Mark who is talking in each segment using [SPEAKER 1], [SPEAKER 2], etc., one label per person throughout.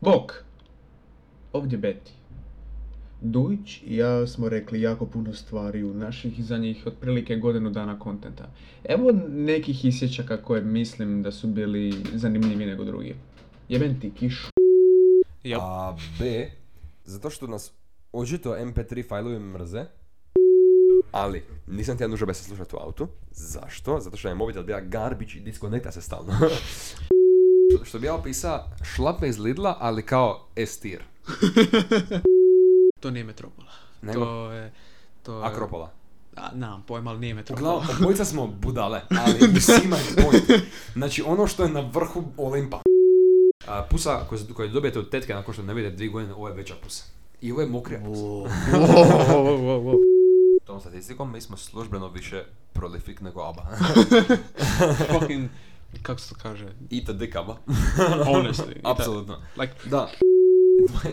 [SPEAKER 1] Bok! Ovdje Beti. Dujić i ja smo rekli jako puno stvari u naših zadnjih otprilike godinu dana kontenta. Evo nekih isječaka koje mislim da su bili zanimljiviji nego drugi. Jeben ti kišu.
[SPEAKER 2] Jel?
[SPEAKER 3] A B, zato što nas očito MP3 fajlovi mrze, ali nisam ti ja nužno besno slušati u autu. Zašto? Zato što je mobitel bija garbage i diskonekta se stalno. što bi ja opisao, šlape iz Lidla, ali kao S-tier.
[SPEAKER 2] To nije metropola.
[SPEAKER 3] Nego?
[SPEAKER 2] To je... To je...
[SPEAKER 3] Akropola.
[SPEAKER 2] A, nemam pojma, ali nije metropola.
[SPEAKER 3] Uglavnom, obojica smo budale, ali visima je point. Znači, ono što je na vrhu Olimpa. A, pusa koju, koju dobijete od tetke nakon što ne vidite dvije godine, ovo je veća pusa. I ovo je mokrija pusa. Tom statistikom mi smo službeno više prolifik nego ABBA.
[SPEAKER 2] Fucking... Kako se to kaže?
[SPEAKER 3] I to dik ABBA.
[SPEAKER 2] Honestly.
[SPEAKER 3] Apsolutno.
[SPEAKER 2] Like,
[SPEAKER 3] Da.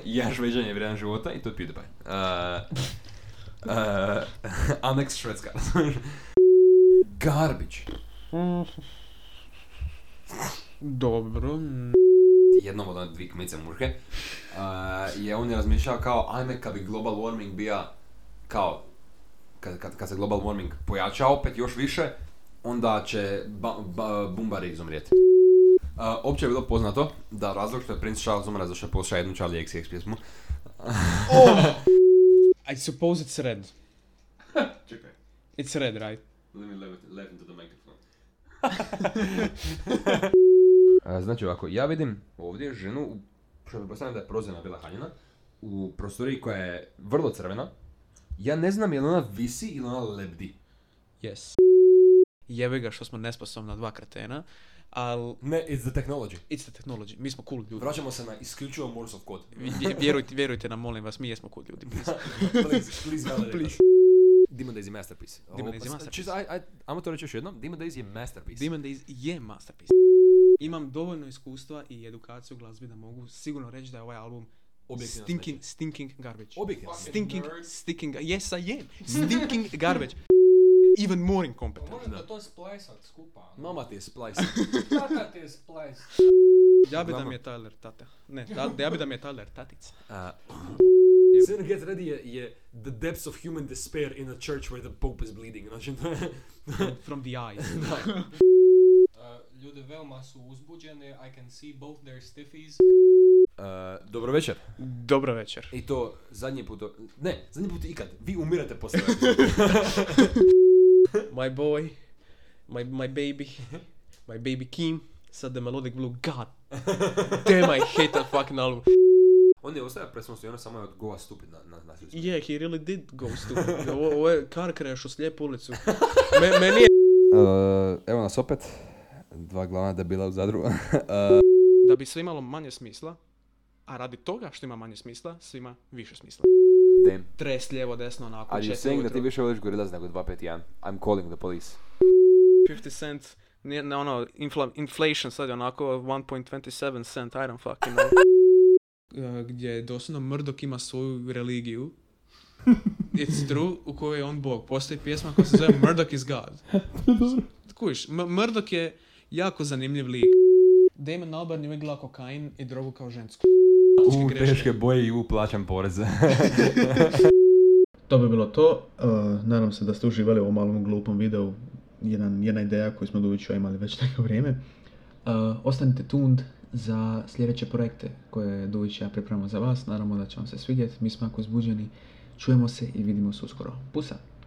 [SPEAKER 3] Ja žveđanje je vrijedan života i to je PewDiePie. Uh, uh, Anex Švedska. Garbage.
[SPEAKER 2] dobro.
[SPEAKER 3] Jednom od one dvije kmice muške. Uh, je on je razmišljao kao ajme kad bi global warming bija kao kad, kad, kad se global warming pojača opet još više, onda će ba, ba, bumbari izumrijeti. Uh, opće je bilo poznato da razlog što je Prince Charles umre zašto je poslušao jednu Charlie XCX pjesmu.
[SPEAKER 2] I suppose it's red.
[SPEAKER 3] Čekaj,
[SPEAKER 2] It's red, right?
[SPEAKER 3] let me left into the microphone. znači ovako, ja vidim ovdje ženu, u- što bi da je prozirna bila haljina, u prostoriji koja je vrlo crvena. Ja ne znam je li ona visi ili ona lebdi.
[SPEAKER 2] Yes. Jebe ga što smo nesposobna dva kretena, ali
[SPEAKER 3] Ne, it's the technology.
[SPEAKER 2] it's the technology. Mi smo cool ljudi.
[SPEAKER 3] Vraćamo se na isključivo Morse of Code.
[SPEAKER 2] Vje- Vjerujte, vjerujte nam, molim vas, mi jesmo cool ljudi. please.
[SPEAKER 3] please, please, please. Demon Days je masterpiece. pa
[SPEAKER 2] Demon Days je masterpiece.
[SPEAKER 3] Čisto, aj, aj, ajmo to reći još jednom. Demon Days je masterpiece.
[SPEAKER 2] Demon Days je masterpiece. Imam dovoljno iskustva i edukaciju u glazbi da mogu sigurno reći da je ovaj album
[SPEAKER 3] Objektivno
[SPEAKER 2] stinking, stinking garbage.
[SPEAKER 3] Objektivno smeće.
[SPEAKER 2] Stinking, stinking, yes I am. Stinking garbage. Even more incompetent.
[SPEAKER 3] Da.
[SPEAKER 4] Možete to splajsat skupa.
[SPEAKER 3] Mama ti je splice.
[SPEAKER 4] Tata ti je splajs.
[SPEAKER 2] Ja bi da
[SPEAKER 3] Uglavnom-
[SPEAKER 2] mi je Tyler tata. Ne, ta- ja bi da mi je Tyler tatica.
[SPEAKER 3] Uh, Sin Get Ready je, je the depths of human despair in a church where the pope is bleeding. Znači, to je...
[SPEAKER 2] From the eyes.
[SPEAKER 4] Uh, Ljudi veoma su uzbuđeni, I can see both their stiffies.
[SPEAKER 3] Uh, dobro večer.
[SPEAKER 2] Dobro večer.
[SPEAKER 3] I to zadnji put... Ne, zadnji put ikad. Vi umirate poslije.
[SPEAKER 2] My boy, my, my baby,
[SPEAKER 3] Mhm.
[SPEAKER 2] my baby Kim, sad the melodic blue, god damn I hate that fucking album.
[SPEAKER 3] On je ostaje presnost i ono samo je od Goa stupid na, na, na svjetsko.
[SPEAKER 2] Yeah, he really did go stupid. Ovo, ovo je kar kreš u slijepu ulicu. Me, meni je...
[SPEAKER 3] Uh, evo nas opet. Dva glavna debila u Zadru.
[SPEAKER 2] Da bi sve imalo manje smisla, a radi toga što ima manje smisla, svima više smisla.
[SPEAKER 3] Damn.
[SPEAKER 2] Tres lijevo, desno, onako,
[SPEAKER 3] Are you
[SPEAKER 2] četiri
[SPEAKER 3] saying da ti
[SPEAKER 2] ujutro.
[SPEAKER 3] više voliš Gorillaz nego 251? I'm calling the police.
[SPEAKER 2] 50 cent, nije, ne, ono, infla, inflation sad je onako 1.27 cent, I don't fucking know. Eh, Gdje doslovno Mrdok ima svoju religiju, It's true, u kojoj je on bog. Postoji pjesma koja se zove Murdoch is God. Kuš, M- Murdoch je jako zanimljiv lik. Damon Albarn je uvijek gledao kokain i drogu kao žensku.
[SPEAKER 3] U,
[SPEAKER 2] greške.
[SPEAKER 3] teške boje i u, plaćam poreze.
[SPEAKER 1] To bi bilo to. Uh, nadam se da ste uživali u ovom malom glupom videu. Jedan, jedna ideja koju smo od Dujića imali već neko vrijeme. Uh, ostanite tuned za sljedeće projekte koje Dujić i ja pripremamo za vas. Naravno da će vam se svidjeti. Mi smo jako uzbuđeni. Čujemo se i vidimo se uskoro. Pusa!